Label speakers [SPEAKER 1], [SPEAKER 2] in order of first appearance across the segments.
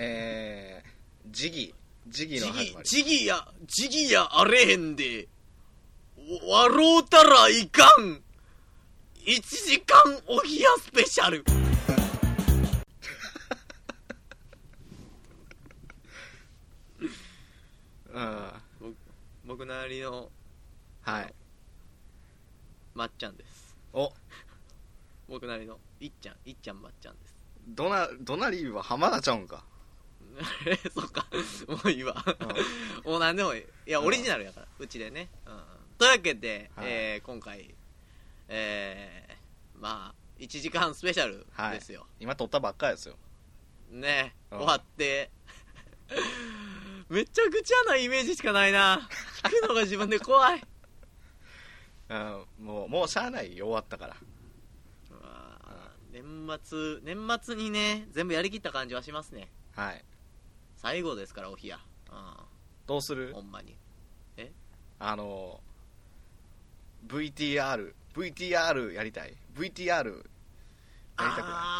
[SPEAKER 1] えー、ジギ、ジギ
[SPEAKER 2] ジ
[SPEAKER 1] の始
[SPEAKER 2] ギ
[SPEAKER 1] ま、り。
[SPEAKER 2] ジギや、ジギやあれへんで、わ笑うたらいかん !1 時間お冷やスペシャル
[SPEAKER 1] うん。は
[SPEAKER 2] 僕なりの
[SPEAKER 1] い。
[SPEAKER 2] まっちゃんです。
[SPEAKER 1] お、
[SPEAKER 2] 僕なりの、いっちゃん、いっちゃんまっちゃんです。
[SPEAKER 1] どな、どなりは浜田ちゃうんか。
[SPEAKER 2] あれ そうか。もういいわ。 もう何でもいい。いや、
[SPEAKER 1] うん
[SPEAKER 2] オリジナルやから、うちでね。うん。というわけで、
[SPEAKER 1] はい
[SPEAKER 2] えー今回、えー、まあ、1時間スペシャル
[SPEAKER 1] はい
[SPEAKER 2] ですよ。
[SPEAKER 1] 今撮ったばっかですよ。
[SPEAKER 2] ね
[SPEAKER 1] うん
[SPEAKER 2] 終わって。 めちゃくちゃなイメージしかないな。聞くのが自分で 怖い。
[SPEAKER 1] うん、もう、もうしゃあないよ、終わったから。
[SPEAKER 2] うわー年末、年末にね、全部やりきった感じはしますね。
[SPEAKER 1] はい。
[SPEAKER 2] 最後ですから、お日や。
[SPEAKER 1] どうす
[SPEAKER 2] うん、
[SPEAKER 1] る
[SPEAKER 2] ほんまに。
[SPEAKER 1] あの、VTR、VTR やりたい ?VTR やりたくな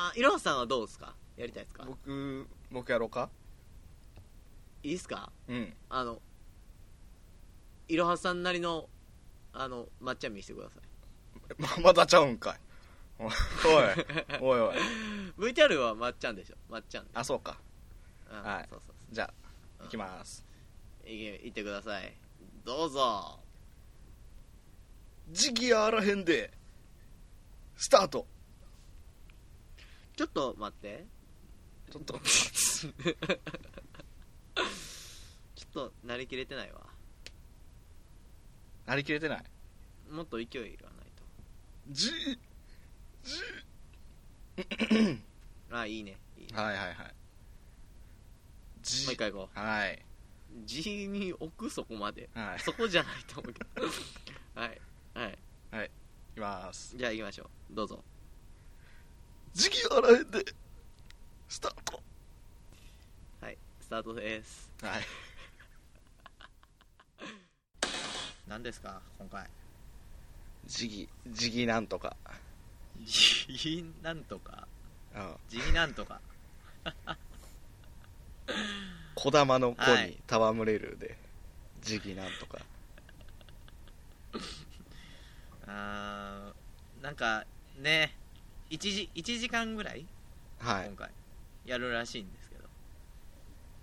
[SPEAKER 2] あー、いろはさんはどうですかやりたいですか
[SPEAKER 1] い僕、僕やろうか
[SPEAKER 2] いいですか
[SPEAKER 1] うん。
[SPEAKER 2] あの、いろはさんなりの、あの、まっちゃん見してください。
[SPEAKER 1] 浜田ちゃうんかい。 おい、おいおい。
[SPEAKER 2] VTR はまっちゃんでしょ。まっちゃんで。
[SPEAKER 1] あ、そうか。
[SPEAKER 2] うん
[SPEAKER 1] はい
[SPEAKER 2] そうそうそ
[SPEAKER 1] じゃあ、行きます。
[SPEAKER 2] う。いけ、行ってください。どうぞ。
[SPEAKER 1] 時期あらへんで、スタート。
[SPEAKER 2] ちょっと待って。
[SPEAKER 1] ちょっと、
[SPEAKER 2] ちょっと慣れきれてないわ。
[SPEAKER 1] なりきれてない。
[SPEAKER 2] もっと勢いがないと。
[SPEAKER 1] じ、
[SPEAKER 2] あー、いいね。いいね
[SPEAKER 1] はいはいはい。
[SPEAKER 2] もう一
[SPEAKER 1] じ、
[SPEAKER 2] 回行こ
[SPEAKER 1] はい。
[SPEAKER 2] う。G に置く、そこまで。
[SPEAKER 1] はい。
[SPEAKER 2] そこじゃないと思うけど。 はい。はい。
[SPEAKER 1] いきます。
[SPEAKER 2] じゃあ行きましょう。どうぞ。
[SPEAKER 1] 時期あらへんで、スタート。
[SPEAKER 2] はい。スタートです。
[SPEAKER 1] はい。
[SPEAKER 2] 何ですか今回。
[SPEAKER 1] 時期、時期なんとか。
[SPEAKER 2] G なんとか。
[SPEAKER 1] うん。
[SPEAKER 2] G なんとか。
[SPEAKER 1] 小玉の子
[SPEAKER 2] はい
[SPEAKER 1] に戯れるで、時期なんとか。
[SPEAKER 2] あーなんかね1時 ,1 時間ぐらい、
[SPEAKER 1] はい
[SPEAKER 2] 今。回やるらしいんですけど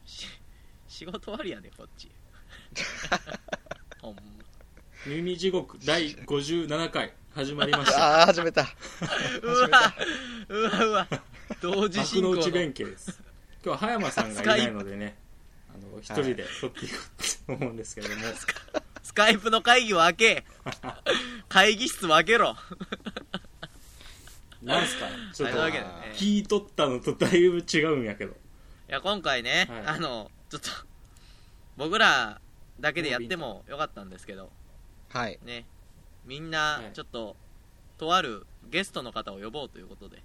[SPEAKER 2] し仕事終わりやでこっ ちほんま
[SPEAKER 3] 耳地獄第57回始まりました
[SPEAKER 1] ああ、始めた。
[SPEAKER 2] うわうわうわ同時
[SPEAKER 3] 幕
[SPEAKER 2] 進
[SPEAKER 3] の
[SPEAKER 2] 行の
[SPEAKER 3] 内弁慶です今日は葉山さんがいないのでねあの一人で撮っていこうと思うんですけれども、
[SPEAKER 2] スカイプの会議を開け会議室を開けろ
[SPEAKER 3] なんすかちょっ
[SPEAKER 2] あ
[SPEAKER 3] と
[SPEAKER 2] のわけでね
[SPEAKER 3] 聞いとったのとだいぶ違うんやけど
[SPEAKER 2] いや今回ね、
[SPEAKER 3] はい
[SPEAKER 2] あのちょっと僕らだけでやってもよかったんですけど
[SPEAKER 1] はい。
[SPEAKER 2] ねみんな
[SPEAKER 3] はい
[SPEAKER 2] ちょっと、とあるゲストの方を呼ぼうということで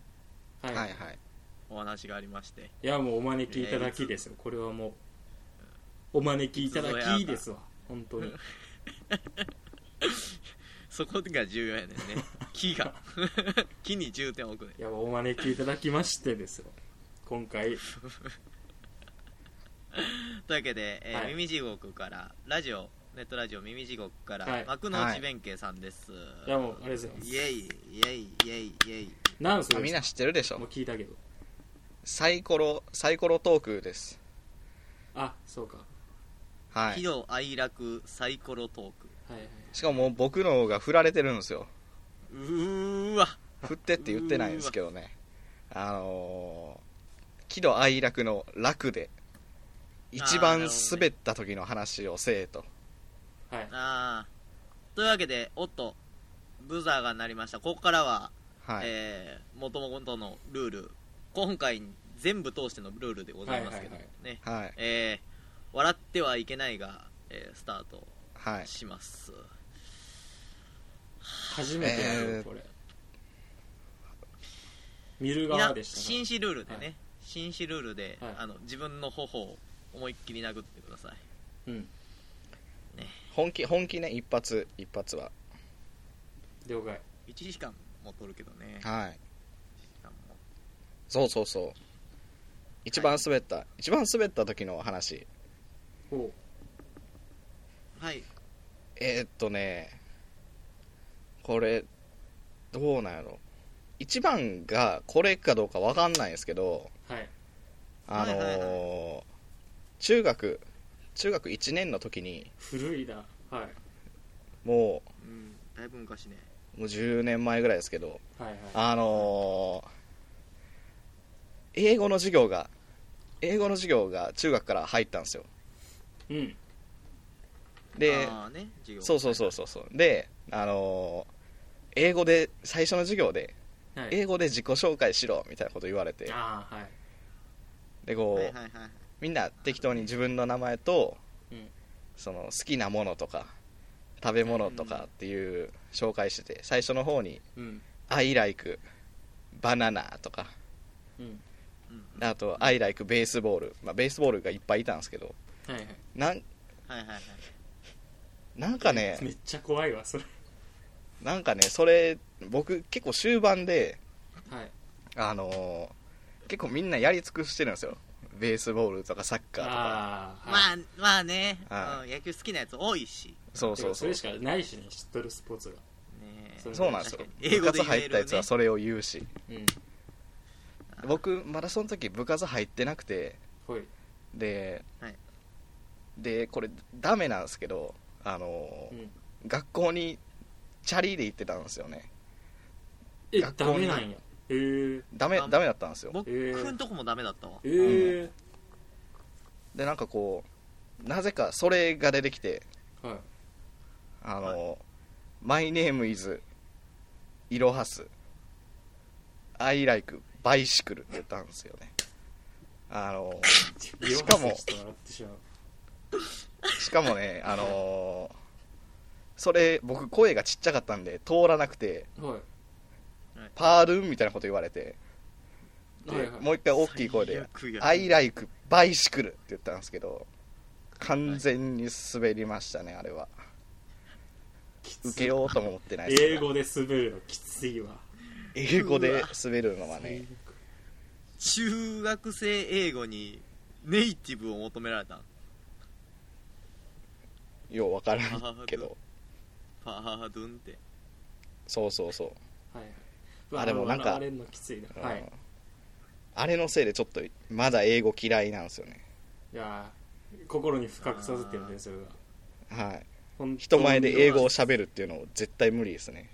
[SPEAKER 3] は、
[SPEAKER 1] はいいはい
[SPEAKER 3] い、。
[SPEAKER 2] お話がありまして
[SPEAKER 3] やもうお招きいただきですよこれはもうお招きいただきですわ本当に
[SPEAKER 2] そこが重要 やねんね木が 木に重点を置くね
[SPEAKER 3] いやお招きいただきましてですよ今回
[SPEAKER 2] というわけで、えー
[SPEAKER 3] はい
[SPEAKER 2] 耳地獄からラジオネットラジオ耳地獄から、
[SPEAKER 3] はい
[SPEAKER 2] 幕の内弁慶さんです、
[SPEAKER 3] いやもうありがとうございます
[SPEAKER 2] イエイイエイイエイイエイ
[SPEAKER 3] なんそ
[SPEAKER 1] あ
[SPEAKER 3] れ
[SPEAKER 1] みんな知ってるでし
[SPEAKER 3] もう
[SPEAKER 1] ょ
[SPEAKER 3] 聞いたけど
[SPEAKER 1] サイコロ、サイコロトークです。
[SPEAKER 3] あそうか
[SPEAKER 1] は
[SPEAKER 2] 喜
[SPEAKER 1] い。
[SPEAKER 2] 怒哀楽サイコロトーク
[SPEAKER 3] はいはい
[SPEAKER 1] しかももう僕の方が振られてるんですよ。
[SPEAKER 2] うーわ
[SPEAKER 1] 振ってって言ってないんですけどね。あのー、喜怒哀楽の楽で、一
[SPEAKER 2] あーなる
[SPEAKER 1] 番
[SPEAKER 2] ほどね
[SPEAKER 1] 滑った時の話をせえと。
[SPEAKER 3] はい
[SPEAKER 2] あーというわけでおっとブザーが鳴りましたここからは
[SPEAKER 1] はい。
[SPEAKER 2] えー、もともとのルール今回全部通してのルールでございますけど、
[SPEAKER 3] はいはい
[SPEAKER 2] ね
[SPEAKER 1] はい。
[SPEAKER 2] えー笑ってはいけないが、えースタート
[SPEAKER 1] はい。
[SPEAKER 2] します、
[SPEAKER 3] 初めてやる
[SPEAKER 1] えー
[SPEAKER 3] これ、見る
[SPEAKER 2] みんな
[SPEAKER 3] 側でした
[SPEAKER 2] 紳士ルールでね、
[SPEAKER 3] はい
[SPEAKER 2] 紳士ルールで、
[SPEAKER 3] はい
[SPEAKER 2] あの自分の頬を思いっきり殴ってください
[SPEAKER 3] うん
[SPEAKER 1] 本気、本気ね、一発、一発は。
[SPEAKER 3] 了解
[SPEAKER 2] 1時間も取るけどね
[SPEAKER 1] はい。
[SPEAKER 2] 一時間も
[SPEAKER 1] そうそうそう。一番滑った、一番滑った時の話
[SPEAKER 3] ほ
[SPEAKER 2] はい
[SPEAKER 1] えーっとねこれどうなんやろ一番がこれかどうかわかんないんですけど
[SPEAKER 3] うはい
[SPEAKER 1] あのー
[SPEAKER 2] はいはい
[SPEAKER 1] 中学中学1年の時に
[SPEAKER 3] 古いなはい、
[SPEAKER 1] も
[SPEAKER 2] うんだいぶ昔ね
[SPEAKER 1] うもう10年前ぐらいですけど
[SPEAKER 3] はいはい
[SPEAKER 1] あのー英語の授業が英語の授業が中学から入ったんですよ
[SPEAKER 3] うん
[SPEAKER 1] で
[SPEAKER 2] あーね授業
[SPEAKER 1] そうそうそうそうそうであのー英語で最初の授業で
[SPEAKER 3] はい
[SPEAKER 1] 英語で自己紹介しろみたいなこと言われて
[SPEAKER 3] ああはい
[SPEAKER 1] でこう、
[SPEAKER 2] はいはいはい
[SPEAKER 1] みんな適当に自分の名前と、
[SPEAKER 3] うん
[SPEAKER 1] その好きなものとか食べ物とかっていう紹介してて最初の方に
[SPEAKER 3] うん
[SPEAKER 1] 「I like バナナ」とか
[SPEAKER 3] うん
[SPEAKER 2] うんうん
[SPEAKER 1] であと「I like ベースボール」まあ、ベースボールがいっぱいいたんですけど
[SPEAKER 3] はいはい
[SPEAKER 1] なん
[SPEAKER 2] はいはいはい
[SPEAKER 1] なんかね
[SPEAKER 3] めっちゃ怖いわそれ
[SPEAKER 1] なんかねそれ僕結構終盤で
[SPEAKER 3] はい
[SPEAKER 1] あのー結構みんなやり尽くしてるんですよベースボールとかサッカーとか
[SPEAKER 3] ああー、
[SPEAKER 2] ま
[SPEAKER 3] はい
[SPEAKER 2] あまあね
[SPEAKER 1] は
[SPEAKER 2] うん野球好きなやつ多いし
[SPEAKER 1] そうそう
[SPEAKER 3] そ
[SPEAKER 1] そう
[SPEAKER 3] れしかないしね知っとるスポーツが
[SPEAKER 2] ね
[SPEAKER 3] それ
[SPEAKER 1] そうなんですよ
[SPEAKER 2] 確かに英
[SPEAKER 1] 部
[SPEAKER 2] 語で
[SPEAKER 1] 活
[SPEAKER 2] 言え
[SPEAKER 1] 入
[SPEAKER 2] るね
[SPEAKER 1] ったやつはそれを言うし
[SPEAKER 3] うん
[SPEAKER 1] 僕まだその時部活入ってなくて
[SPEAKER 3] ほい
[SPEAKER 1] で、
[SPEAKER 2] はい
[SPEAKER 1] でこれダメなんですけどあの
[SPEAKER 3] う
[SPEAKER 1] ー、
[SPEAKER 3] ん
[SPEAKER 1] 学校にチャリで行ってたんですよね
[SPEAKER 3] え
[SPEAKER 1] 学校
[SPEAKER 3] ダメ
[SPEAKER 1] に
[SPEAKER 3] なんやえー、
[SPEAKER 1] ダメ
[SPEAKER 2] あ
[SPEAKER 1] ダメだったんですよ
[SPEAKER 2] 僕
[SPEAKER 3] えー
[SPEAKER 2] んとこもダメだったわ
[SPEAKER 3] えー
[SPEAKER 1] でなんかこうなぜかそれが出てきて
[SPEAKER 3] はい
[SPEAKER 1] あのー、マイネームイズイロハスアイライクバイシクルって言ったんですよねあのー、しかも
[SPEAKER 3] ちょっと笑ってしまう
[SPEAKER 1] しかもねあのー、それ僕声がちっちゃかったんで通らなくて
[SPEAKER 3] はい
[SPEAKER 1] パールーンみたいなこと言われてで
[SPEAKER 3] はいはい
[SPEAKER 1] もう一回大きい声で
[SPEAKER 2] 最悪
[SPEAKER 1] 「
[SPEAKER 2] や
[SPEAKER 1] I like バイシクル」って言ったんですけど完全に滑りましたねあれは
[SPEAKER 3] きつい
[SPEAKER 1] 受けようとも思ってないですけど
[SPEAKER 3] 英語で滑るのきついわ
[SPEAKER 1] 英語で滑るのはね
[SPEAKER 2] 中学生英語にネイティブを求められた
[SPEAKER 1] ようわからんけど
[SPEAKER 2] パードゥンって
[SPEAKER 1] そうそうそう、
[SPEAKER 3] はいはいあわ
[SPEAKER 1] あでもなんか
[SPEAKER 3] 笑われんのきついなは
[SPEAKER 1] うん
[SPEAKER 3] い
[SPEAKER 1] あれのせいでちょっとまだ英語嫌いなんですよね
[SPEAKER 3] いやー心に深くさせてるねそれが
[SPEAKER 1] はい
[SPEAKER 3] 本当に
[SPEAKER 1] 人前で英語を喋るっていうのを絶対無理ですね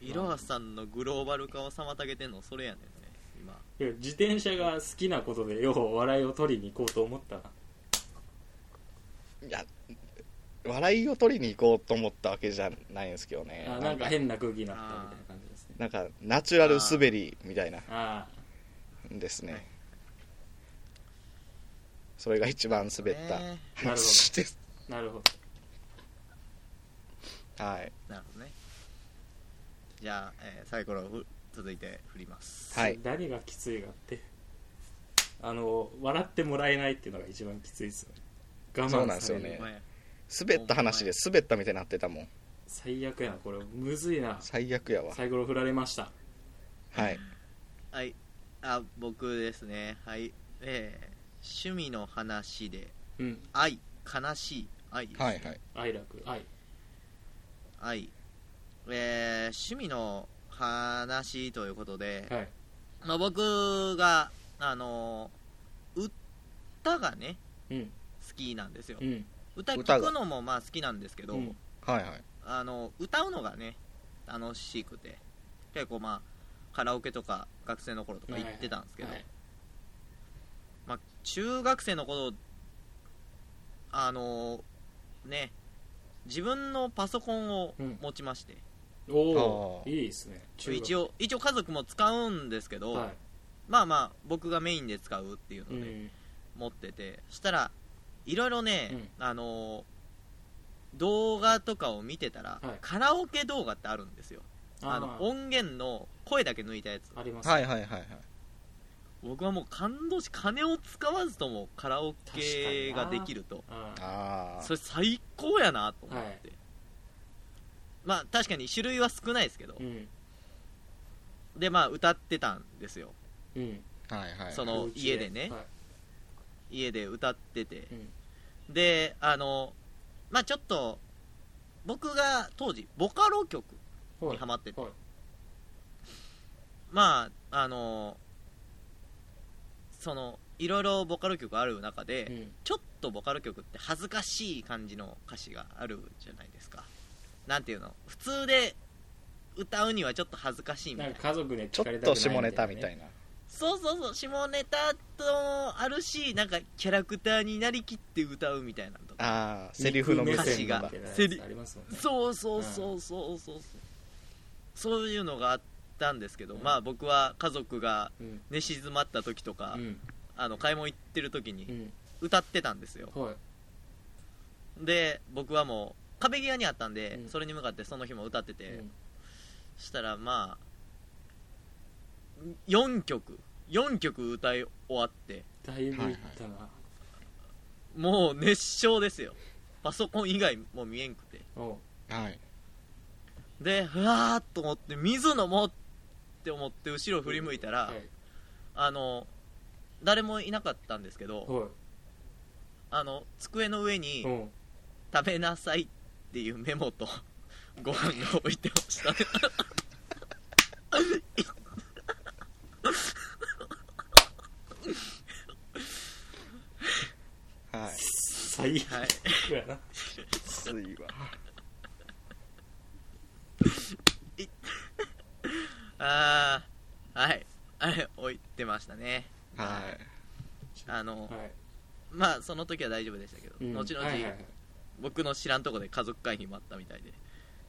[SPEAKER 2] いろはさんのグローバル化を妨げてんのそれやねんね今
[SPEAKER 3] いや自転車が好きなことでよう笑いを取りに行こうと思ったら
[SPEAKER 1] いや笑いを取りに行こうと思ったわけじゃないんですけどね
[SPEAKER 3] あなんか変な空気になったみたいな感じですね
[SPEAKER 1] なんかナチュラル滑りみたいな
[SPEAKER 3] あ
[SPEAKER 1] ですね、
[SPEAKER 2] はい
[SPEAKER 1] それが一番滑った
[SPEAKER 2] ね
[SPEAKER 3] あなるほ
[SPEAKER 1] 話です、
[SPEAKER 3] どなるほ ど
[SPEAKER 1] はい
[SPEAKER 2] なるほどねじゃあ、えーサイコロをふ続いて振ります
[SPEAKER 1] はい
[SPEAKER 3] 何がきついかってあの笑ってもらえないっていうのが一番きついですよね我慢さ
[SPEAKER 1] そ
[SPEAKER 3] れ
[SPEAKER 1] う
[SPEAKER 3] る
[SPEAKER 1] なんですよね
[SPEAKER 2] お前
[SPEAKER 1] 滑った話で滑ったみたいになってたもん
[SPEAKER 3] 最悪やなこれむずいな
[SPEAKER 1] 最悪やわ
[SPEAKER 3] 最後の振られました
[SPEAKER 1] はい
[SPEAKER 2] はいあ僕ですねはいえー趣味の話で
[SPEAKER 3] うん
[SPEAKER 2] 愛悲しい愛ですね
[SPEAKER 1] はいはい
[SPEAKER 3] 愛楽愛
[SPEAKER 2] はい、えー趣味の話ということで、
[SPEAKER 3] はい
[SPEAKER 2] まあ、僕が、あのー歌がね
[SPEAKER 3] うん
[SPEAKER 2] 好きなんですよ、
[SPEAKER 3] うん
[SPEAKER 2] 歌
[SPEAKER 1] 歌
[SPEAKER 2] 聴
[SPEAKER 1] が
[SPEAKER 2] くのもまあ好きなんですけど、
[SPEAKER 3] うん
[SPEAKER 1] はいはい
[SPEAKER 2] あの歌うのがね楽しくて結構まあカラオケとか学生の頃とか行ってたんですけど、
[SPEAKER 3] はい
[SPEAKER 2] まあ、中学生の頃あのーね自分のパソコンを持ちまして、
[SPEAKER 3] お
[SPEAKER 1] あ
[SPEAKER 3] お
[SPEAKER 1] ー
[SPEAKER 3] いいですね
[SPEAKER 2] 一応一応家族も使うんですけど、
[SPEAKER 3] は
[SPEAKER 2] まあまあ僕がメインで使うっていう
[SPEAKER 3] い、う
[SPEAKER 2] ので
[SPEAKER 3] ん、
[SPEAKER 2] 持ってて、したらいろいろね、
[SPEAKER 3] うん
[SPEAKER 2] あのー動画とかを見てたら、
[SPEAKER 3] はい
[SPEAKER 2] カラオケ動画ってあるんですよあ
[SPEAKER 3] あ
[SPEAKER 2] の
[SPEAKER 3] の
[SPEAKER 2] 音源の声だけ抜いたやつ
[SPEAKER 3] あります、
[SPEAKER 1] はいはいはいはい
[SPEAKER 2] 僕はもう感動し金を使わずともカラオケができると
[SPEAKER 3] あー
[SPEAKER 1] あ
[SPEAKER 2] そ
[SPEAKER 1] あ
[SPEAKER 2] れ最高やなと思って、
[SPEAKER 3] はい
[SPEAKER 2] まあ確かに種類は少ないですけど
[SPEAKER 3] う、ん
[SPEAKER 2] でまあ歌ってたんですよ
[SPEAKER 3] うん
[SPEAKER 1] はいはい
[SPEAKER 2] その
[SPEAKER 3] うち
[SPEAKER 2] 家でね
[SPEAKER 3] はい
[SPEAKER 2] 家で歌ってて、
[SPEAKER 3] うん
[SPEAKER 2] であのまあちょっと僕が当時ボカロ曲
[SPEAKER 3] はい
[SPEAKER 2] にハマってて
[SPEAKER 3] はい
[SPEAKER 2] まああのそのいろいろボカロ曲ある中で、
[SPEAKER 3] うん
[SPEAKER 2] ちょっとボカロ曲って恥ずかしい感じの歌詞があるじゃないですかなんていうの普通で歌うにはちょっと恥ずかしいみた
[SPEAKER 3] ないん
[SPEAKER 2] な
[SPEAKER 3] か家族には
[SPEAKER 1] ちょ
[SPEAKER 3] 聞かれ
[SPEAKER 1] った
[SPEAKER 3] くない
[SPEAKER 1] と下ネタみた
[SPEAKER 3] ね
[SPEAKER 1] いな
[SPEAKER 2] そうそうそう下ネタとあるしなんかキャラクターになりきって歌うみたいなのとか
[SPEAKER 1] ああセリフの目
[SPEAKER 3] 肉目
[SPEAKER 1] 線
[SPEAKER 3] 線
[SPEAKER 1] が
[SPEAKER 3] が
[SPEAKER 2] が
[SPEAKER 3] セリありますもんね
[SPEAKER 2] そうそうそうそうそうそうそういうのがあったんですけど、
[SPEAKER 3] うん
[SPEAKER 2] まあ僕は家族が
[SPEAKER 3] うん
[SPEAKER 2] 寝静まった時とか、
[SPEAKER 3] うん
[SPEAKER 2] あの買い物行ってる時
[SPEAKER 3] う
[SPEAKER 2] に
[SPEAKER 3] ん
[SPEAKER 2] 歌ってたんですよ、
[SPEAKER 3] はい
[SPEAKER 2] で僕はもう壁際にあったんで、
[SPEAKER 3] うん
[SPEAKER 2] それに向かってその日も歌ってて、
[SPEAKER 3] うん
[SPEAKER 2] そしたらまあ4曲4曲歌い終わって
[SPEAKER 3] だいぶいったな
[SPEAKER 2] もう熱唱ですよパソコン以外もう見えんくて
[SPEAKER 3] おう
[SPEAKER 1] はい
[SPEAKER 2] でうわーっと思って水飲もうって思って後ろ振り向いたら、
[SPEAKER 3] はい
[SPEAKER 2] あの誰もいなかったんですけど
[SPEAKER 3] は
[SPEAKER 2] あの机の上に
[SPEAKER 3] いおう
[SPEAKER 2] 「食べなさい」っていうメモと ご飯が置いてましたね
[SPEAKER 1] はい
[SPEAKER 3] 最
[SPEAKER 2] はい
[SPEAKER 3] 悪やな
[SPEAKER 1] ついわ
[SPEAKER 2] ああはいあれ置いてましたね
[SPEAKER 1] はい
[SPEAKER 2] あの、
[SPEAKER 3] はい
[SPEAKER 2] まあその時は大丈夫でしたけど、
[SPEAKER 3] うん
[SPEAKER 2] 後々、
[SPEAKER 3] はいはいはい
[SPEAKER 2] 僕の知らんとこで家族会費もあったみたいで、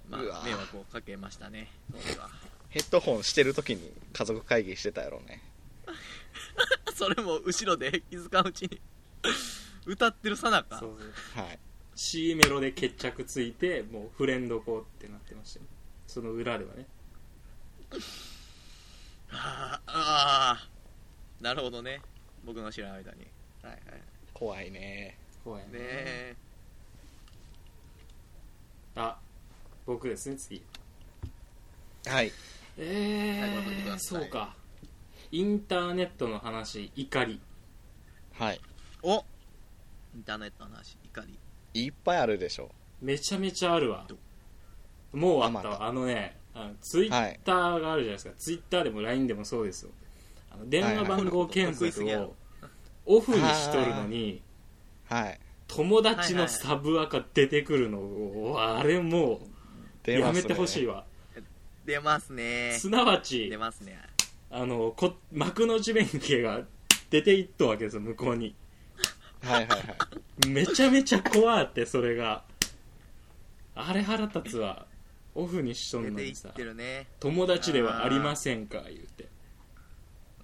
[SPEAKER 2] ま
[SPEAKER 1] うわ
[SPEAKER 2] あ、迷惑をかけましたね当時は
[SPEAKER 1] ヘッドホンしてる時に家族会議してたやろうね
[SPEAKER 2] それも後ろで気づかんうちに 歌ってるさなか
[SPEAKER 3] そうそう
[SPEAKER 1] はい
[SPEAKER 3] C メロで決着ついてもうフレンドこうってなってましたよその裏ではね
[SPEAKER 2] あーあーなるほどね僕の知らない間にはいはい
[SPEAKER 1] 怖いね
[SPEAKER 3] 怖い
[SPEAKER 2] ねえ
[SPEAKER 3] あ僕ですね次
[SPEAKER 1] はい
[SPEAKER 3] え
[SPEAKER 2] はいご覧ください
[SPEAKER 3] そうかインターネットの話怒り
[SPEAKER 1] はい
[SPEAKER 2] おインターネットの話怒り
[SPEAKER 1] いっぱいあるでしょ
[SPEAKER 3] めちゃめちゃあるわもうあった
[SPEAKER 1] あま
[SPEAKER 3] わあのねあのツイッターがあるじゃないですか、ツイッターでも LINE でもそうですよあの電話番号検索
[SPEAKER 2] はいはい
[SPEAKER 3] をオフにしとるのに
[SPEAKER 1] はい
[SPEAKER 3] 友達のサブアカ出てくるのをあれもう
[SPEAKER 1] 電
[SPEAKER 3] や
[SPEAKER 1] 話す
[SPEAKER 3] め
[SPEAKER 1] る
[SPEAKER 3] てほしいわ
[SPEAKER 2] 出ますね
[SPEAKER 3] すなわち
[SPEAKER 2] 出ますね
[SPEAKER 3] あのこ幕の内弁慶が出ていっとわけですよ向こうに
[SPEAKER 1] はいはいはい
[SPEAKER 3] めちゃめちゃ怖ってそれがあれ腹立つわオフにしと
[SPEAKER 2] 出
[SPEAKER 3] んの
[SPEAKER 2] てい
[SPEAKER 3] に
[SPEAKER 2] っ
[SPEAKER 3] さ
[SPEAKER 2] てるね
[SPEAKER 3] 友達ではありませんか言うて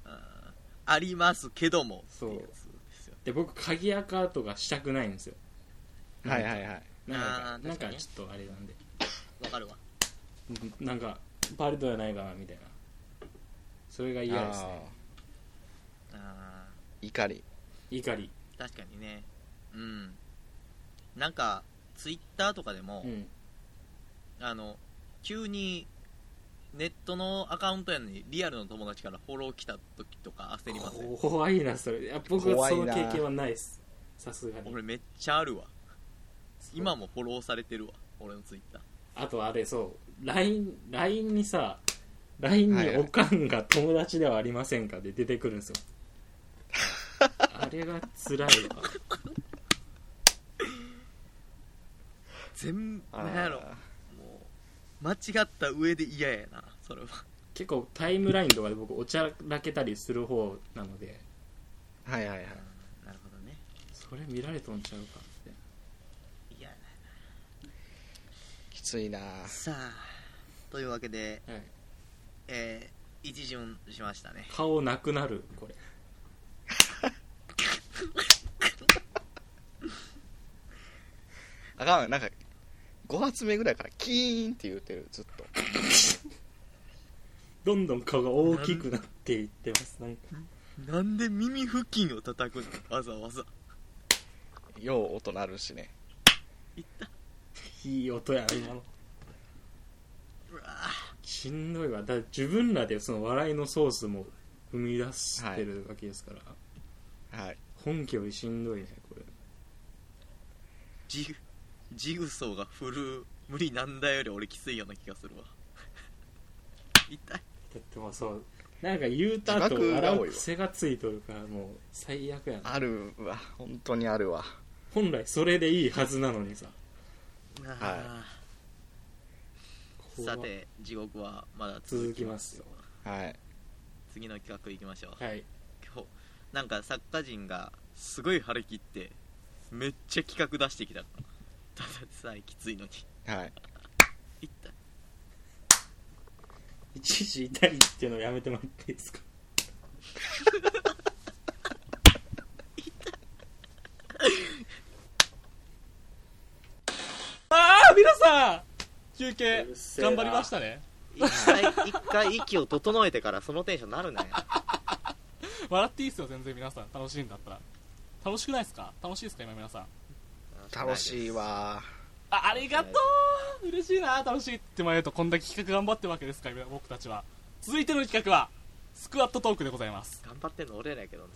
[SPEAKER 2] あーありますけども
[SPEAKER 3] そ
[SPEAKER 2] っ
[SPEAKER 3] う
[SPEAKER 2] てやつですよ
[SPEAKER 3] で僕鍵アカとかしたくないんですよ
[SPEAKER 1] はいはいはい
[SPEAKER 3] な
[SPEAKER 2] あ
[SPEAKER 3] ん
[SPEAKER 2] ー
[SPEAKER 3] か
[SPEAKER 2] 確
[SPEAKER 3] なん
[SPEAKER 2] か
[SPEAKER 3] か
[SPEAKER 2] にね
[SPEAKER 3] ちょっとあれなんで
[SPEAKER 2] わかるわ
[SPEAKER 3] うんなんかバレトやないかなみたいなそれが嫌ですね
[SPEAKER 2] あ
[SPEAKER 1] 怒り
[SPEAKER 3] 怒り
[SPEAKER 2] ー確かにねうんなんかツイッターとかでも、
[SPEAKER 3] うん
[SPEAKER 2] あの急にネットのアカウントやのにリアルの友達からフォロー来た時とか焦りますね
[SPEAKER 3] 怖いなそれいや僕はその
[SPEAKER 1] 怖いな
[SPEAKER 3] 経験はないですさすがに
[SPEAKER 2] 俺めっちゃあるわ今もフォローされてるわ俺のツイッター
[SPEAKER 3] あとあれそう LINE, LINE にさ LINE に「おかんが友達ではありませんか?」で出てくるんですよあれが辛いわ
[SPEAKER 2] 全部
[SPEAKER 1] あー
[SPEAKER 2] なんやろもう間違った上で嫌やなそれは
[SPEAKER 3] 結構タイムラインとかで僕おちゃらけたりする方なので
[SPEAKER 1] はいはいはい
[SPEAKER 2] なるほどね
[SPEAKER 3] それ見られとんちゃうかって
[SPEAKER 2] 嫌やな
[SPEAKER 1] きついな
[SPEAKER 2] さあというわけで
[SPEAKER 3] はい、
[SPEAKER 2] えー、一巡しましたね
[SPEAKER 3] 顔なくなるこれ
[SPEAKER 1] あかんなんか5発目ぐらいからキーンって言うてるずっと
[SPEAKER 3] どんどん顔が大きくなっていってますなんか
[SPEAKER 2] なんで耳付近を叩くのわざわざ
[SPEAKER 1] よう音鳴るしね
[SPEAKER 3] いい音やな今の
[SPEAKER 2] うわ
[SPEAKER 3] しんどいわだって自分らでその笑いのソースも生み出してるわけですから、
[SPEAKER 1] はい
[SPEAKER 3] 本家よりしんどいねこれ
[SPEAKER 2] ジグジグソーが振る無理なんだより俺きついような気がするわ 痛い
[SPEAKER 3] だってもうそうなんか言うた後
[SPEAKER 1] 自覚が多
[SPEAKER 3] 笑
[SPEAKER 1] いわ
[SPEAKER 3] う癖がついとるからもう最悪やな
[SPEAKER 1] あるわ本当にあるわ
[SPEAKER 3] 本来それでいいはずなのにさ
[SPEAKER 2] あー
[SPEAKER 3] こ
[SPEAKER 2] さ
[SPEAKER 3] こは
[SPEAKER 2] て地獄はまだ
[SPEAKER 3] 続きますよ
[SPEAKER 1] はい
[SPEAKER 2] 次の企画いきましょう
[SPEAKER 3] はい
[SPEAKER 2] 今日なんか作家陣がすごい張り切ってめっちゃ企画出してきたただでさえきついのに
[SPEAKER 1] はい
[SPEAKER 2] 痛い
[SPEAKER 3] いちいち痛いっていうのやめてもらっていいですか
[SPEAKER 4] ああ皆さん休憩
[SPEAKER 3] うるせえな
[SPEAKER 4] 頑張りましたね
[SPEAKER 2] 一回一回息を整えてからそのテンションになるね
[SPEAKER 4] 笑っていいっすよ全然皆さん楽しいんだったら楽しくないですか楽しいですか今皆さん
[SPEAKER 1] 楽しいわ
[SPEAKER 4] あありがとう嬉しいな楽しいって言えるとこんだけ企画頑張ってるわけですから僕たちは続いての企画はスクワットトークでございます
[SPEAKER 2] 頑張ってんの俺らやけどね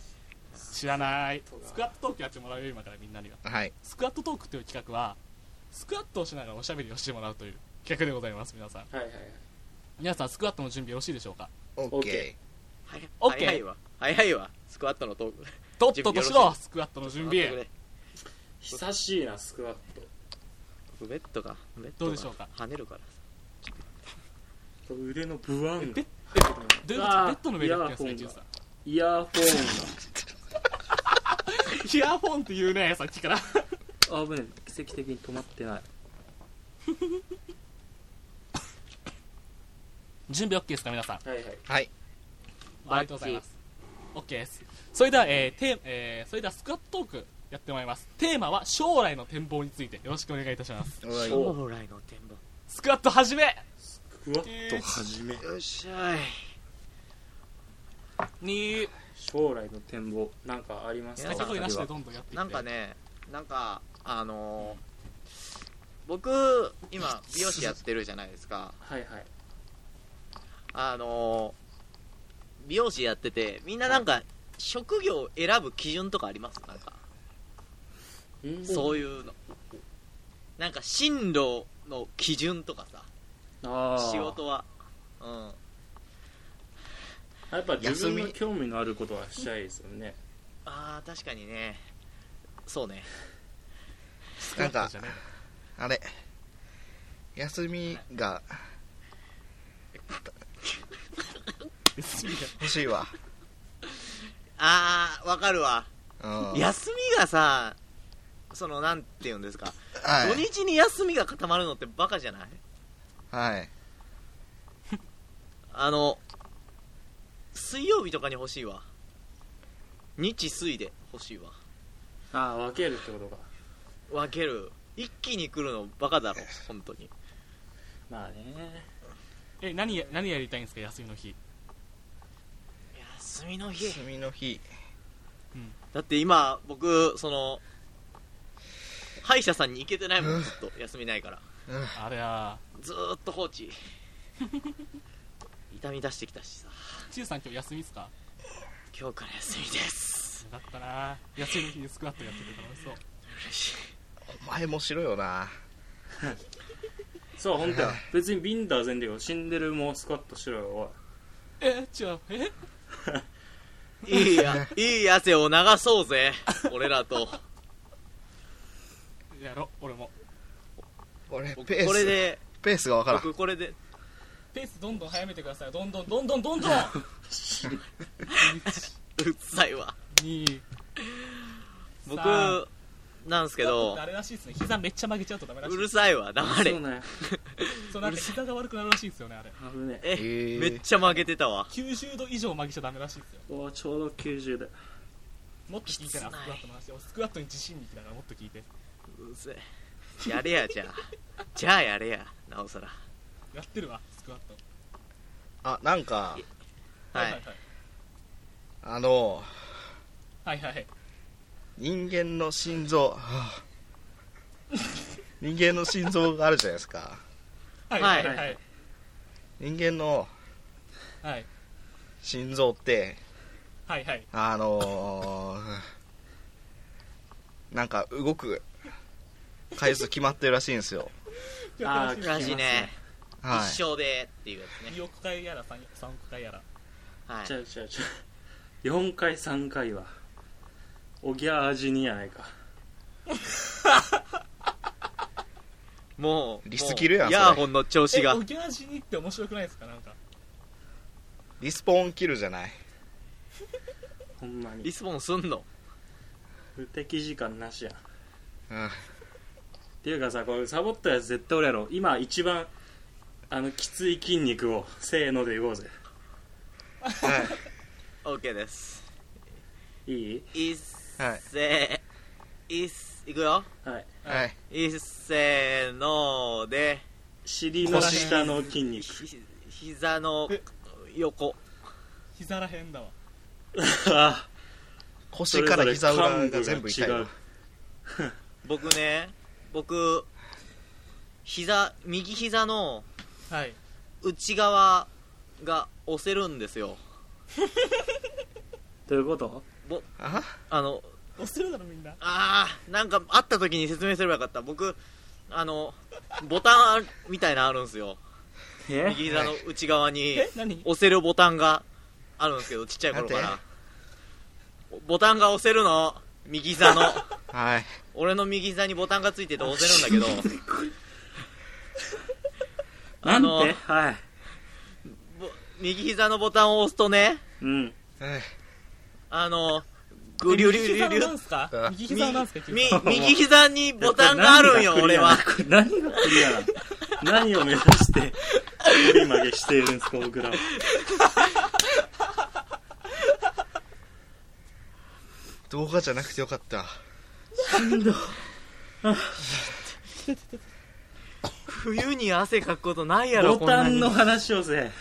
[SPEAKER 4] 知らないスクワットトークやってもらうよ今からみんなには
[SPEAKER 1] はい
[SPEAKER 4] スクワットトークという企画はスクワットをしながらおしゃべりをしてもらうという企画でございます皆さん
[SPEAKER 3] はいはいはい
[SPEAKER 4] 皆さんスクワットの準備よろしいでしょうか
[SPEAKER 1] オッケ
[SPEAKER 2] 早い
[SPEAKER 4] オッケー
[SPEAKER 2] 早いわ早いわスクワットのトーク
[SPEAKER 4] とっととし
[SPEAKER 2] 準備よろ
[SPEAKER 4] ろ
[SPEAKER 2] し
[SPEAKER 4] スクワットの準
[SPEAKER 2] 待って
[SPEAKER 4] 備
[SPEAKER 2] く
[SPEAKER 3] 久しいなスクワット
[SPEAKER 2] れベッドがベッド
[SPEAKER 4] ど
[SPEAKER 2] が
[SPEAKER 4] うでしょうか
[SPEAKER 2] 跳ねるから
[SPEAKER 3] これ腕のブワン
[SPEAKER 4] ベ
[SPEAKER 3] が
[SPEAKER 4] ッどういうことベ
[SPEAKER 3] あー
[SPEAKER 4] ッドの上でやってます
[SPEAKER 3] イ
[SPEAKER 4] か一
[SPEAKER 3] ヤホンが
[SPEAKER 4] 応さ
[SPEAKER 3] イヤホ
[SPEAKER 4] イヤホンって言うねさっきから
[SPEAKER 3] ンがあ危ねえ奇跡的に止まってない
[SPEAKER 4] 準備 OK ですか皆さん
[SPEAKER 3] はいはい
[SPEAKER 1] ーはい
[SPEAKER 4] ありがとうございます。OK です。それでは、えーテーえーそれではスクワットトークやってまいります。テーマは将来の展望についてよろしくお願いいたします。
[SPEAKER 1] うわいい
[SPEAKER 3] お
[SPEAKER 2] 将来の展望
[SPEAKER 4] スクワット始め
[SPEAKER 3] スクワット始め
[SPEAKER 2] よっしゃい
[SPEAKER 4] に
[SPEAKER 3] 将来の展望なんかあります
[SPEAKER 2] いや
[SPEAKER 3] か
[SPEAKER 4] 高いなしでどんどんやっていって。
[SPEAKER 2] なんかねなんかあのー僕 今美容師やってるじゃないですか
[SPEAKER 3] はいはい
[SPEAKER 2] あのー美容師やっててみんななんか職業を選ぶ基準とかありますなんか
[SPEAKER 3] う
[SPEAKER 2] そういうのなんか進路の基準とか
[SPEAKER 3] あ
[SPEAKER 2] さ
[SPEAKER 3] ー
[SPEAKER 2] 仕事はうん
[SPEAKER 3] やっぱ自分
[SPEAKER 1] 休
[SPEAKER 3] の
[SPEAKER 1] み
[SPEAKER 3] 興味のあることはしたいですよね
[SPEAKER 2] あー確かにねそうね
[SPEAKER 1] なんか
[SPEAKER 4] じゃね
[SPEAKER 1] あれ休み が欲しいわ
[SPEAKER 2] あーわかるわ
[SPEAKER 1] うん
[SPEAKER 2] 休みがさそのなんて言うんですか、
[SPEAKER 1] は
[SPEAKER 2] 土日に休みが固まるのってバカじゃない
[SPEAKER 1] いはい
[SPEAKER 2] あの水曜日とかに欲しいわ日水で欲しいわ
[SPEAKER 3] ああ分けるってことか
[SPEAKER 2] 分ける一気に来るのバカだろ本当に
[SPEAKER 3] まあね
[SPEAKER 4] え、何や、何やりたいんですか、休みの日。
[SPEAKER 2] 休みの日
[SPEAKER 1] 休みの日
[SPEAKER 2] だって今僕その歯医者さんに行けてないもんずっと休みないから
[SPEAKER 1] うん
[SPEAKER 4] あれは、
[SPEAKER 2] ずーっと放 置痛み出してきたしさ
[SPEAKER 4] ちゆさん今日休みですか
[SPEAKER 2] 今日から休みです
[SPEAKER 4] だったな休みの日にスクワットやってて楽しそう。
[SPEAKER 2] 嬉しい
[SPEAKER 1] お前もしろよな
[SPEAKER 3] そう本当は別にビンダー全然よ死んでるもスクワットしろよおい
[SPEAKER 4] え、違う、え
[SPEAKER 2] いいや、いい汗を流そうぜ。俺らと。
[SPEAKER 4] やろ、俺も。
[SPEAKER 1] 俺
[SPEAKER 2] 僕
[SPEAKER 1] ペース
[SPEAKER 2] これで、
[SPEAKER 1] ペースがわからん
[SPEAKER 2] 僕これで、
[SPEAKER 4] ペースどんどん早めてください。どんどん、どんどん、どん どん !1、
[SPEAKER 2] うっさいわ。
[SPEAKER 4] 2、
[SPEAKER 2] 僕
[SPEAKER 4] さあ、
[SPEAKER 2] なんですけ
[SPEAKER 4] ちょっ
[SPEAKER 2] ど
[SPEAKER 4] とあ、れらしいですね。膝めっちゃ曲げちゃうとダメらしいう
[SPEAKER 2] るさいわ、黙れ
[SPEAKER 3] そう。ね
[SPEAKER 4] そうなんか膝が悪くなるらしいですよねあれ
[SPEAKER 3] 危ねえ
[SPEAKER 2] え、
[SPEAKER 1] ー
[SPEAKER 2] めっちゃ曲げてたわ。
[SPEAKER 4] 90度以上曲げちゃダメらしいですよ
[SPEAKER 3] おおちょうど90だ
[SPEAKER 4] もっと聞いてな
[SPEAKER 2] きつな
[SPEAKER 4] ス
[SPEAKER 2] い
[SPEAKER 4] クワットの話俺スクワットに自信力だからもっと聞いて
[SPEAKER 2] うるせえ。やれや、じゃあ。じゃあやれや、なおさら。
[SPEAKER 4] やってるわスクワット
[SPEAKER 1] あなんか
[SPEAKER 2] は
[SPEAKER 4] はい
[SPEAKER 2] い。
[SPEAKER 1] あの
[SPEAKER 4] はいはいはい
[SPEAKER 1] 人間の心臓 はあ人間の心臓があるじゃないですか
[SPEAKER 4] はい
[SPEAKER 2] は
[SPEAKER 4] はいいはいはい
[SPEAKER 1] 人間の
[SPEAKER 4] はい
[SPEAKER 1] 心臓って
[SPEAKER 4] はいはい
[SPEAKER 1] あのーなんか動く回数決まってるらしいんですよ
[SPEAKER 2] あーらしいね
[SPEAKER 1] は
[SPEAKER 2] 一生でっていうやつね
[SPEAKER 4] 2億回やら 3, 3億回やら
[SPEAKER 2] はい
[SPEAKER 3] ちゃうちゃうちゃう4回3回はおぎゃーじにやないか
[SPEAKER 2] もう
[SPEAKER 1] リスキルやん
[SPEAKER 2] もう
[SPEAKER 1] それ
[SPEAKER 2] ヤーホンの調子
[SPEAKER 4] え
[SPEAKER 2] が
[SPEAKER 4] おぎゃーじにって面白くないですかなんか
[SPEAKER 1] いリスポーンキルじゃない
[SPEAKER 3] ほんま
[SPEAKER 2] リ
[SPEAKER 3] に
[SPEAKER 2] スボンすんの
[SPEAKER 3] 無敵時間なしやんっ
[SPEAKER 1] うん
[SPEAKER 3] ていうかさこれサボったやつ絶対俺やろ今一番あのきつい筋肉をせーのでいこうぜ
[SPEAKER 1] はい
[SPEAKER 2] オッケーです
[SPEAKER 3] いい
[SPEAKER 2] いっせいっすいくよ
[SPEAKER 3] はい
[SPEAKER 1] はい
[SPEAKER 2] いっせーので
[SPEAKER 3] 尻の下の筋肉
[SPEAKER 2] ひ膝の横
[SPEAKER 4] 膝らへんだわ
[SPEAKER 3] あ
[SPEAKER 1] 腰から膝裏が全部痛いわ
[SPEAKER 2] 僕ね僕膝右膝の
[SPEAKER 4] はい
[SPEAKER 2] 内側が押せるんですよ
[SPEAKER 3] どういうこと
[SPEAKER 1] あ
[SPEAKER 2] あの
[SPEAKER 4] 押せるだろみんな
[SPEAKER 2] あーなんか会った時に説明すればよかった僕あのボタンみたいなのあるんですよ
[SPEAKER 3] え
[SPEAKER 2] 右膝の内側に
[SPEAKER 4] え何
[SPEAKER 2] 押せるボタンがあるんですけどちっちゃい頃か
[SPEAKER 1] なん
[SPEAKER 2] らボタンが押せるの右膝の
[SPEAKER 1] はい
[SPEAKER 2] 俺の右膝にボタンがついてて押せるんだけど
[SPEAKER 3] な
[SPEAKER 2] あ
[SPEAKER 3] ん
[SPEAKER 2] の
[SPEAKER 3] てはい
[SPEAKER 2] ぼ右膝のボタンを押すとね
[SPEAKER 3] うん
[SPEAKER 1] はい
[SPEAKER 2] あのグリュリュリュリ
[SPEAKER 4] 右膝は
[SPEAKER 2] ュ
[SPEAKER 4] なんすか
[SPEAKER 1] うん
[SPEAKER 4] 右膝はなんすか
[SPEAKER 2] み右膝にボタンがあるんよ
[SPEAKER 3] こ
[SPEAKER 2] 俺
[SPEAKER 3] れ
[SPEAKER 2] は
[SPEAKER 3] 何がクリアなの何を目指して折り曲げしているんですか僕らは
[SPEAKER 1] 動画じゃなくてよかった
[SPEAKER 2] 冬に汗かくことないやろ
[SPEAKER 3] ボタンの
[SPEAKER 2] こんなに
[SPEAKER 3] 話をせ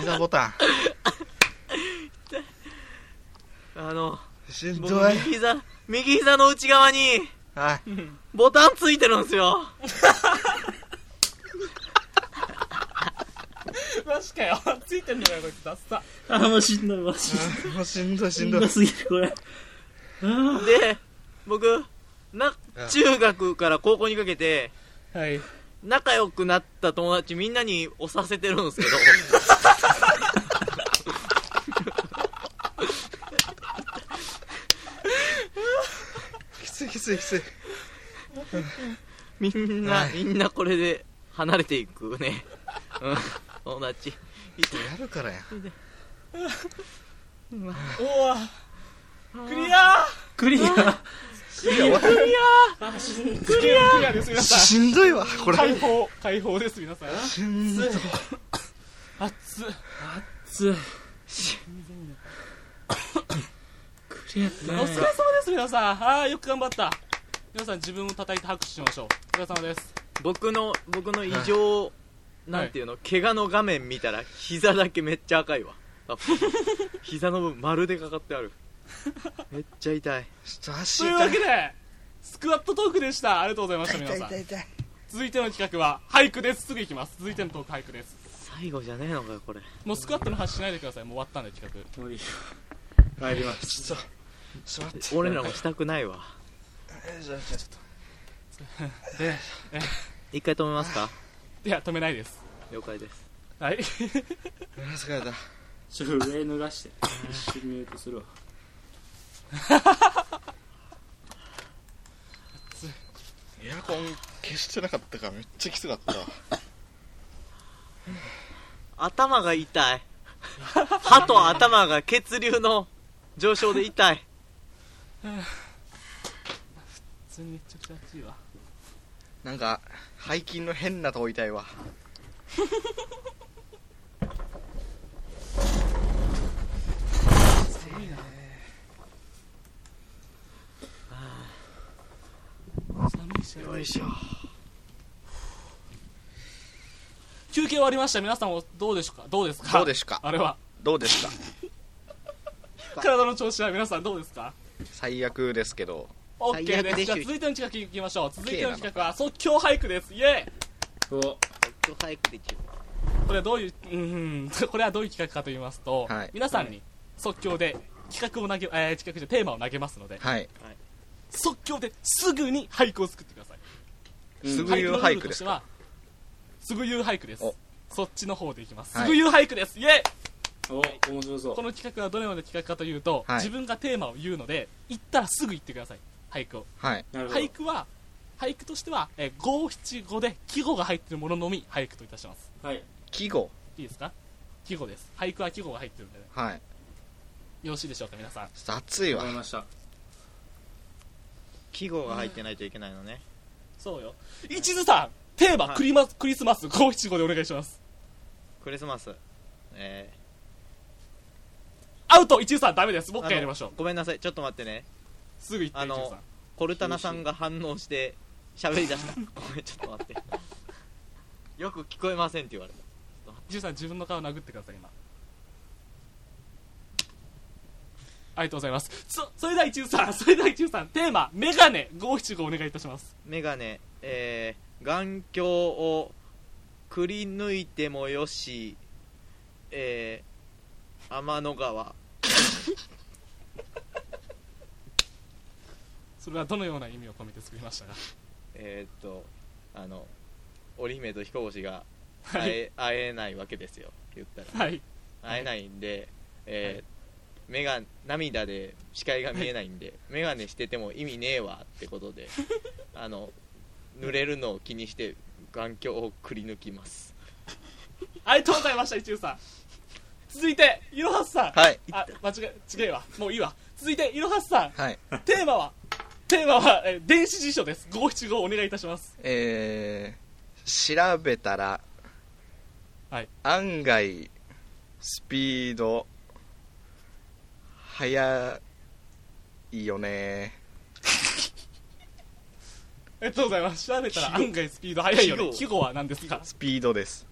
[SPEAKER 1] 膝ボタン
[SPEAKER 2] あの
[SPEAKER 1] しん
[SPEAKER 2] 僕
[SPEAKER 1] どい
[SPEAKER 2] 右膝右膝の内側に
[SPEAKER 1] はい
[SPEAKER 2] ボタンついてるんですよ
[SPEAKER 4] マジかよついてんのかよこいつダッサ
[SPEAKER 3] あもうしんどいわし
[SPEAKER 1] あもうしんどいしん
[SPEAKER 3] ん
[SPEAKER 1] ど
[SPEAKER 3] ど
[SPEAKER 1] い
[SPEAKER 3] すぎるこれあ
[SPEAKER 2] で僕な
[SPEAKER 1] うん
[SPEAKER 2] 中学から高校にかけて
[SPEAKER 4] はい
[SPEAKER 2] 仲良くなった友達みんなに押させてるんですけど
[SPEAKER 1] きついきついきつい
[SPEAKER 2] みんな、
[SPEAKER 1] はい
[SPEAKER 2] みんなこれで離れていくね、うん、友達
[SPEAKER 1] やるからやん
[SPEAKER 4] おおクリア
[SPEAKER 3] クリア
[SPEAKER 1] いや終わっ
[SPEAKER 4] ークリアクリアです皆
[SPEAKER 1] た
[SPEAKER 4] さん
[SPEAKER 1] しんどいわこれ
[SPEAKER 4] 解放解放です皆さん
[SPEAKER 1] しんどい
[SPEAKER 4] 熱っ
[SPEAKER 3] つクリアって
[SPEAKER 4] お疲れ様です皆さんああよく頑張った皆さん自分を叩いて拍手しましょうお疲れ様です
[SPEAKER 2] 僕の僕の異常、なんていうの、怪我の画面見たら膝だけめっちゃ赤いわ多分膝の部分丸でかかってあるめっちゃ痛い
[SPEAKER 1] ちょっと足
[SPEAKER 4] という
[SPEAKER 1] 痛
[SPEAKER 4] わ
[SPEAKER 1] い
[SPEAKER 4] けでスクワットトークでしたありがとうございました皆さん
[SPEAKER 1] 痛い痛い
[SPEAKER 4] 続いての企画は俳句ですすぐ行きます続いてのトーク俳句です
[SPEAKER 2] 最後じゃねえのかよこれ
[SPEAKER 4] もうスクワットの話しないでくださいもう終わったんで企画
[SPEAKER 3] もういいよ参ります
[SPEAKER 1] ちょっとちょっと待って
[SPEAKER 2] 俺らもしたくないわ
[SPEAKER 1] えーじゃあじゃあちょっ
[SPEAKER 2] 一回止めますか
[SPEAKER 4] いや止めないです
[SPEAKER 2] 了解です
[SPEAKER 4] はい
[SPEAKER 1] とあー疲れた
[SPEAKER 3] ちょっと上脱がして一瞬ミュートするわ
[SPEAKER 1] エアコン消してなかったからめっちゃきつかったわ
[SPEAKER 2] 頭が痛い歯と頭が血流の上昇で痛い
[SPEAKER 4] 普通にめちゃくちゃ熱いわ
[SPEAKER 1] なんか背筋の変なとこ痛いわ
[SPEAKER 4] 寒いし
[SPEAKER 1] よいしょ
[SPEAKER 4] 休憩終わりました皆さんもどうでしょうかどうですか
[SPEAKER 1] どうでしょうか
[SPEAKER 4] あれは
[SPEAKER 1] どうでした
[SPEAKER 4] 体の調子は皆さんどうですか
[SPEAKER 1] 最悪ですけど
[SPEAKER 4] OK
[SPEAKER 2] 最悪
[SPEAKER 4] です
[SPEAKER 2] でし
[SPEAKER 4] じゃ
[SPEAKER 2] ょ
[SPEAKER 4] あ続いての企画いきましょう続いての企画は即興俳句ですイエーイ
[SPEAKER 3] お
[SPEAKER 2] 今日早くできる
[SPEAKER 4] これはどういう、うんうん、これはどういう企画かと言いますと、
[SPEAKER 1] はい
[SPEAKER 4] 皆さんに即興で企画を投げ、えー企画じゃテーマを投げますので、
[SPEAKER 1] はい
[SPEAKER 4] 即興ですぐに俳句を作ってください
[SPEAKER 1] すぐ言う俳句
[SPEAKER 4] のルールと
[SPEAKER 1] で
[SPEAKER 4] し
[SPEAKER 1] す
[SPEAKER 4] て
[SPEAKER 1] か
[SPEAKER 4] はすぐ言う俳句です
[SPEAKER 1] お
[SPEAKER 4] そっちの方でいきます、
[SPEAKER 1] はい
[SPEAKER 4] すぐ言う俳句ですイエイ
[SPEAKER 3] お面白そう
[SPEAKER 4] この企画はどのような企画かというと、
[SPEAKER 1] はい
[SPEAKER 4] 自分がテーマを言うので言ったらすぐ言ってください俳句を
[SPEAKER 1] はい
[SPEAKER 3] なるほど
[SPEAKER 4] 俳句は俳句としてはえー五七五で季語が入っているもののみ俳句といたします
[SPEAKER 3] はい
[SPEAKER 1] 季語
[SPEAKER 4] いいですか季語です俳句は季語が入ってるので、
[SPEAKER 1] はい
[SPEAKER 4] よろしいでしょうか皆さん
[SPEAKER 1] ちょっと暑い
[SPEAKER 3] わ
[SPEAKER 1] わ
[SPEAKER 3] かりました
[SPEAKER 2] 季語が入ってないといけないのね
[SPEAKER 4] そうよ一途さんテーマ、
[SPEAKER 2] はい
[SPEAKER 4] クリマクリスマス五七五でお願いします
[SPEAKER 2] クリスマスえ
[SPEAKER 4] アウト一途さんダメですも
[SPEAKER 2] ー
[SPEAKER 4] う一回やりましょう
[SPEAKER 2] あのごめんなさいちょっと待ってね
[SPEAKER 4] すぐ言って
[SPEAKER 2] あ
[SPEAKER 4] 一
[SPEAKER 2] の
[SPEAKER 4] 途さん
[SPEAKER 2] コルタナさんが反応して喋り出 したごめんちょっと待ってよく聞こえませんって言われた
[SPEAKER 4] 一途さん自分の顔殴ってください今ありがとうございますそそれでは一途さんそれでは一途さんテーマメガネ五七五お願いいたします
[SPEAKER 2] メガネえー、眼鏡をくり抜いてもよしえー、天の川
[SPEAKER 4] それはどのような意味を込めて作りましたか
[SPEAKER 2] えー、っとあの織姫と彦星が
[SPEAKER 4] は
[SPEAKER 2] 会
[SPEAKER 4] い
[SPEAKER 2] え,、会えないわけですよ言ったら
[SPEAKER 4] はい
[SPEAKER 2] 会えないんで、えー目が涙で視界が見えないんで、 眼鏡してても意味ねえわってことであの濡れるのを気にして眼鏡をくり抜きます
[SPEAKER 4] ありがとうございました一途さん続いていろはすさん
[SPEAKER 1] はい
[SPEAKER 4] あ間違え違えわもういいわ続いていろはすさん
[SPEAKER 1] はい
[SPEAKER 4] テーマはテーマは、えー電子辞書です五七五お願いいたします
[SPEAKER 1] えー、調べたら、
[SPEAKER 4] はい
[SPEAKER 1] 案外スピード速いよね
[SPEAKER 4] ありがとうございます調べたら案外スピード速いよね
[SPEAKER 2] 季
[SPEAKER 4] 季語は何ですか
[SPEAKER 1] スピードです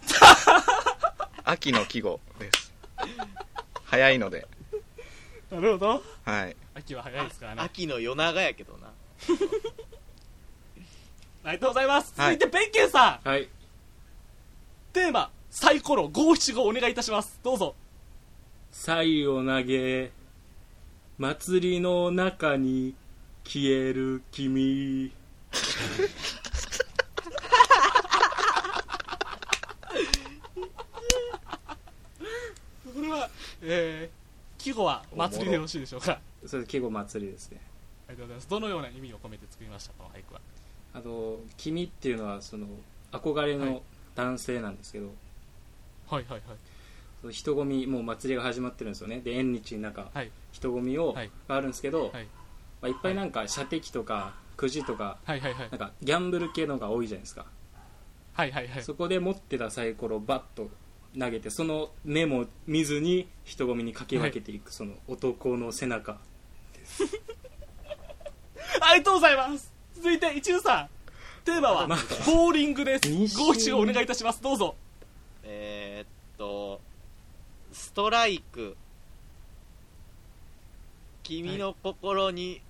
[SPEAKER 1] 秋の季語です早いので
[SPEAKER 4] なるほど
[SPEAKER 1] はい
[SPEAKER 4] 秋は早いですからね
[SPEAKER 2] 秋の夜長やけどな
[SPEAKER 4] ありがとうございます
[SPEAKER 1] は
[SPEAKER 4] 続
[SPEAKER 1] い
[SPEAKER 4] いてペンケンさん、
[SPEAKER 3] はい
[SPEAKER 4] テーマサイコロ五七五お願いいたしますどうぞ
[SPEAKER 3] サイを投げ祭りの中に消える君
[SPEAKER 4] これはえー、季語は祭りでよろしいでしょうか
[SPEAKER 3] それ結構祭りですね
[SPEAKER 4] ありがとうございますどのような意味を込めて作りましたこの俳句は
[SPEAKER 3] あの君っていうのはその憧れ
[SPEAKER 4] はい
[SPEAKER 3] の男性なんですけど、
[SPEAKER 4] はいはいはい
[SPEAKER 3] その人混みもう祭りが始まってるんですよねで縁日の中、
[SPEAKER 4] はい
[SPEAKER 3] 人混みを、
[SPEAKER 4] はい
[SPEAKER 3] があるんですけど、
[SPEAKER 4] はい
[SPEAKER 3] いまあ、いっぱいなんか射的とかくじとか
[SPEAKER 4] はいはいはい
[SPEAKER 3] なんかギャンブル系のが多いじゃないですか、
[SPEAKER 4] はいはいはい
[SPEAKER 3] そこで持ってたサイコロをバッと投げてその目も見ずに人混みにかき分けていく、その男の背中
[SPEAKER 4] ありがとうございます続いて一流さんテーマは
[SPEAKER 3] なんか
[SPEAKER 4] ボーリングです
[SPEAKER 3] 二周
[SPEAKER 4] 五七五お願いいたしますどうぞ
[SPEAKER 2] えー、っとストライク君の心に、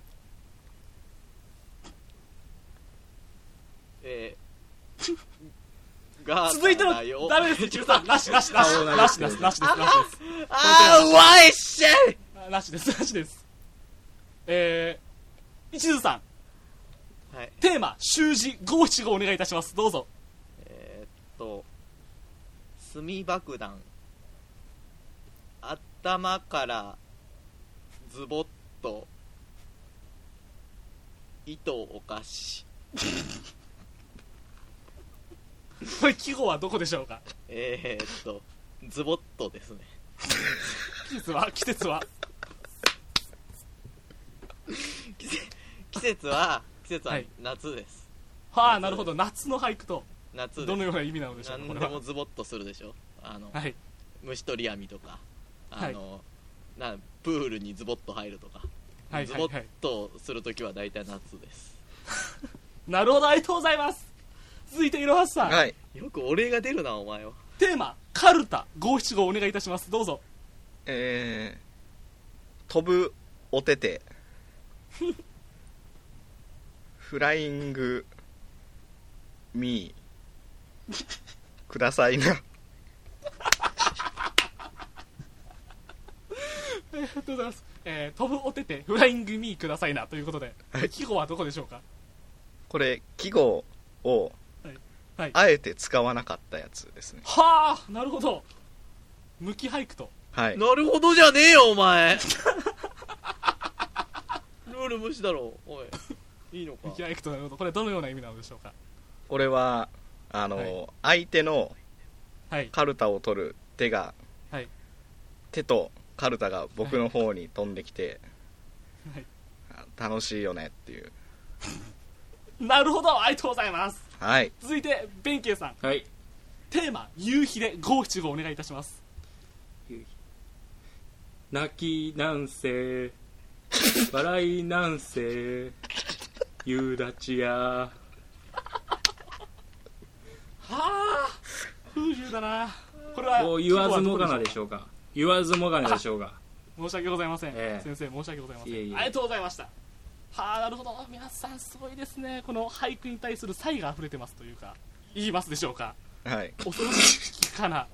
[SPEAKER 2] えー が
[SPEAKER 4] 続いての
[SPEAKER 2] だよ
[SPEAKER 4] ダメです一流さんなしなしなし
[SPEAKER 3] 顔を投げて
[SPEAKER 4] なしですなしですなしです
[SPEAKER 2] あー、わいっしゃい
[SPEAKER 4] あなしですなしですえー、一途さん
[SPEAKER 2] はい、
[SPEAKER 4] テーマ習字五七五お願いいたしますどうぞ
[SPEAKER 2] えー、っと、炭爆弾。頭から、ズボッと、糸おかし。
[SPEAKER 4] これ季語はどこでしょうか
[SPEAKER 2] えー、っと、ズボッとですね。
[SPEAKER 4] 季節は季節は
[SPEAKER 2] 季節季節 は、季節は
[SPEAKER 4] はい
[SPEAKER 2] 夏です。
[SPEAKER 4] はあなるほど夏の俳句と
[SPEAKER 2] 夏
[SPEAKER 4] どの
[SPEAKER 2] で。
[SPEAKER 4] ような意味なのですしょうかこ
[SPEAKER 2] 何
[SPEAKER 4] れ
[SPEAKER 2] で
[SPEAKER 4] は
[SPEAKER 2] もズボッとするでしょ。あの、
[SPEAKER 4] はい
[SPEAKER 2] 虫取り網とか、あ
[SPEAKER 4] はい
[SPEAKER 2] の、なプールにズボッと入るとか。
[SPEAKER 4] はい
[SPEAKER 2] ズ
[SPEAKER 4] は
[SPEAKER 2] ボ
[SPEAKER 4] いは
[SPEAKER 2] ッ
[SPEAKER 4] い
[SPEAKER 2] とするときは大体夏です
[SPEAKER 4] なるほどありがとうございます続いていろはさん
[SPEAKER 1] はい
[SPEAKER 2] よくお礼が出るなお前は
[SPEAKER 4] テーマ「カルタ五七五お願いいたしますどうぞ
[SPEAKER 1] えー、飛ぶおてて フライングミーくださいな
[SPEAKER 4] ありがとうございますえー飛ぶおててフライングミーくださいなということで、
[SPEAKER 1] はい
[SPEAKER 4] 季語はどこでしょうか
[SPEAKER 1] これ季語を
[SPEAKER 4] はいは
[SPEAKER 1] あえて使わなかったやつですね
[SPEAKER 4] あなるほど無機俳句と
[SPEAKER 1] はい
[SPEAKER 2] なるほどじゃねえよお前 ルール無視だろおいいいの
[SPEAKER 4] 無
[SPEAKER 2] か
[SPEAKER 4] 機俳句となるほどこれどのような意味なのでしょうか
[SPEAKER 1] これはあの、
[SPEAKER 4] はい
[SPEAKER 1] 相手の
[SPEAKER 4] はい
[SPEAKER 1] カルタを取る手が、
[SPEAKER 4] はい
[SPEAKER 1] 手とカルタが僕の方に飛んできて、
[SPEAKER 4] はい
[SPEAKER 1] あ楽しいよねっていう
[SPEAKER 4] なるほどありがとうございます
[SPEAKER 1] はい
[SPEAKER 4] 続いて弁慶さん
[SPEAKER 3] はい
[SPEAKER 4] テーマ夕日で五七五お願いいたします
[SPEAKER 3] 泣きなんせ笑いなん せ夕立や
[SPEAKER 4] はあ風流だなこれは
[SPEAKER 3] を言わずもがなで
[SPEAKER 4] ょ
[SPEAKER 3] しょうか言わずもがなでしょうか
[SPEAKER 4] 申し訳ございません、
[SPEAKER 3] ええ
[SPEAKER 4] 先生申し訳ございません
[SPEAKER 3] いえいえ
[SPEAKER 4] ありがとうございましたはあなるほど皆さんすごいですねこの俳句に対する才が溢れてますというか言いますでしょうか
[SPEAKER 1] はい
[SPEAKER 4] 恐ろしきかな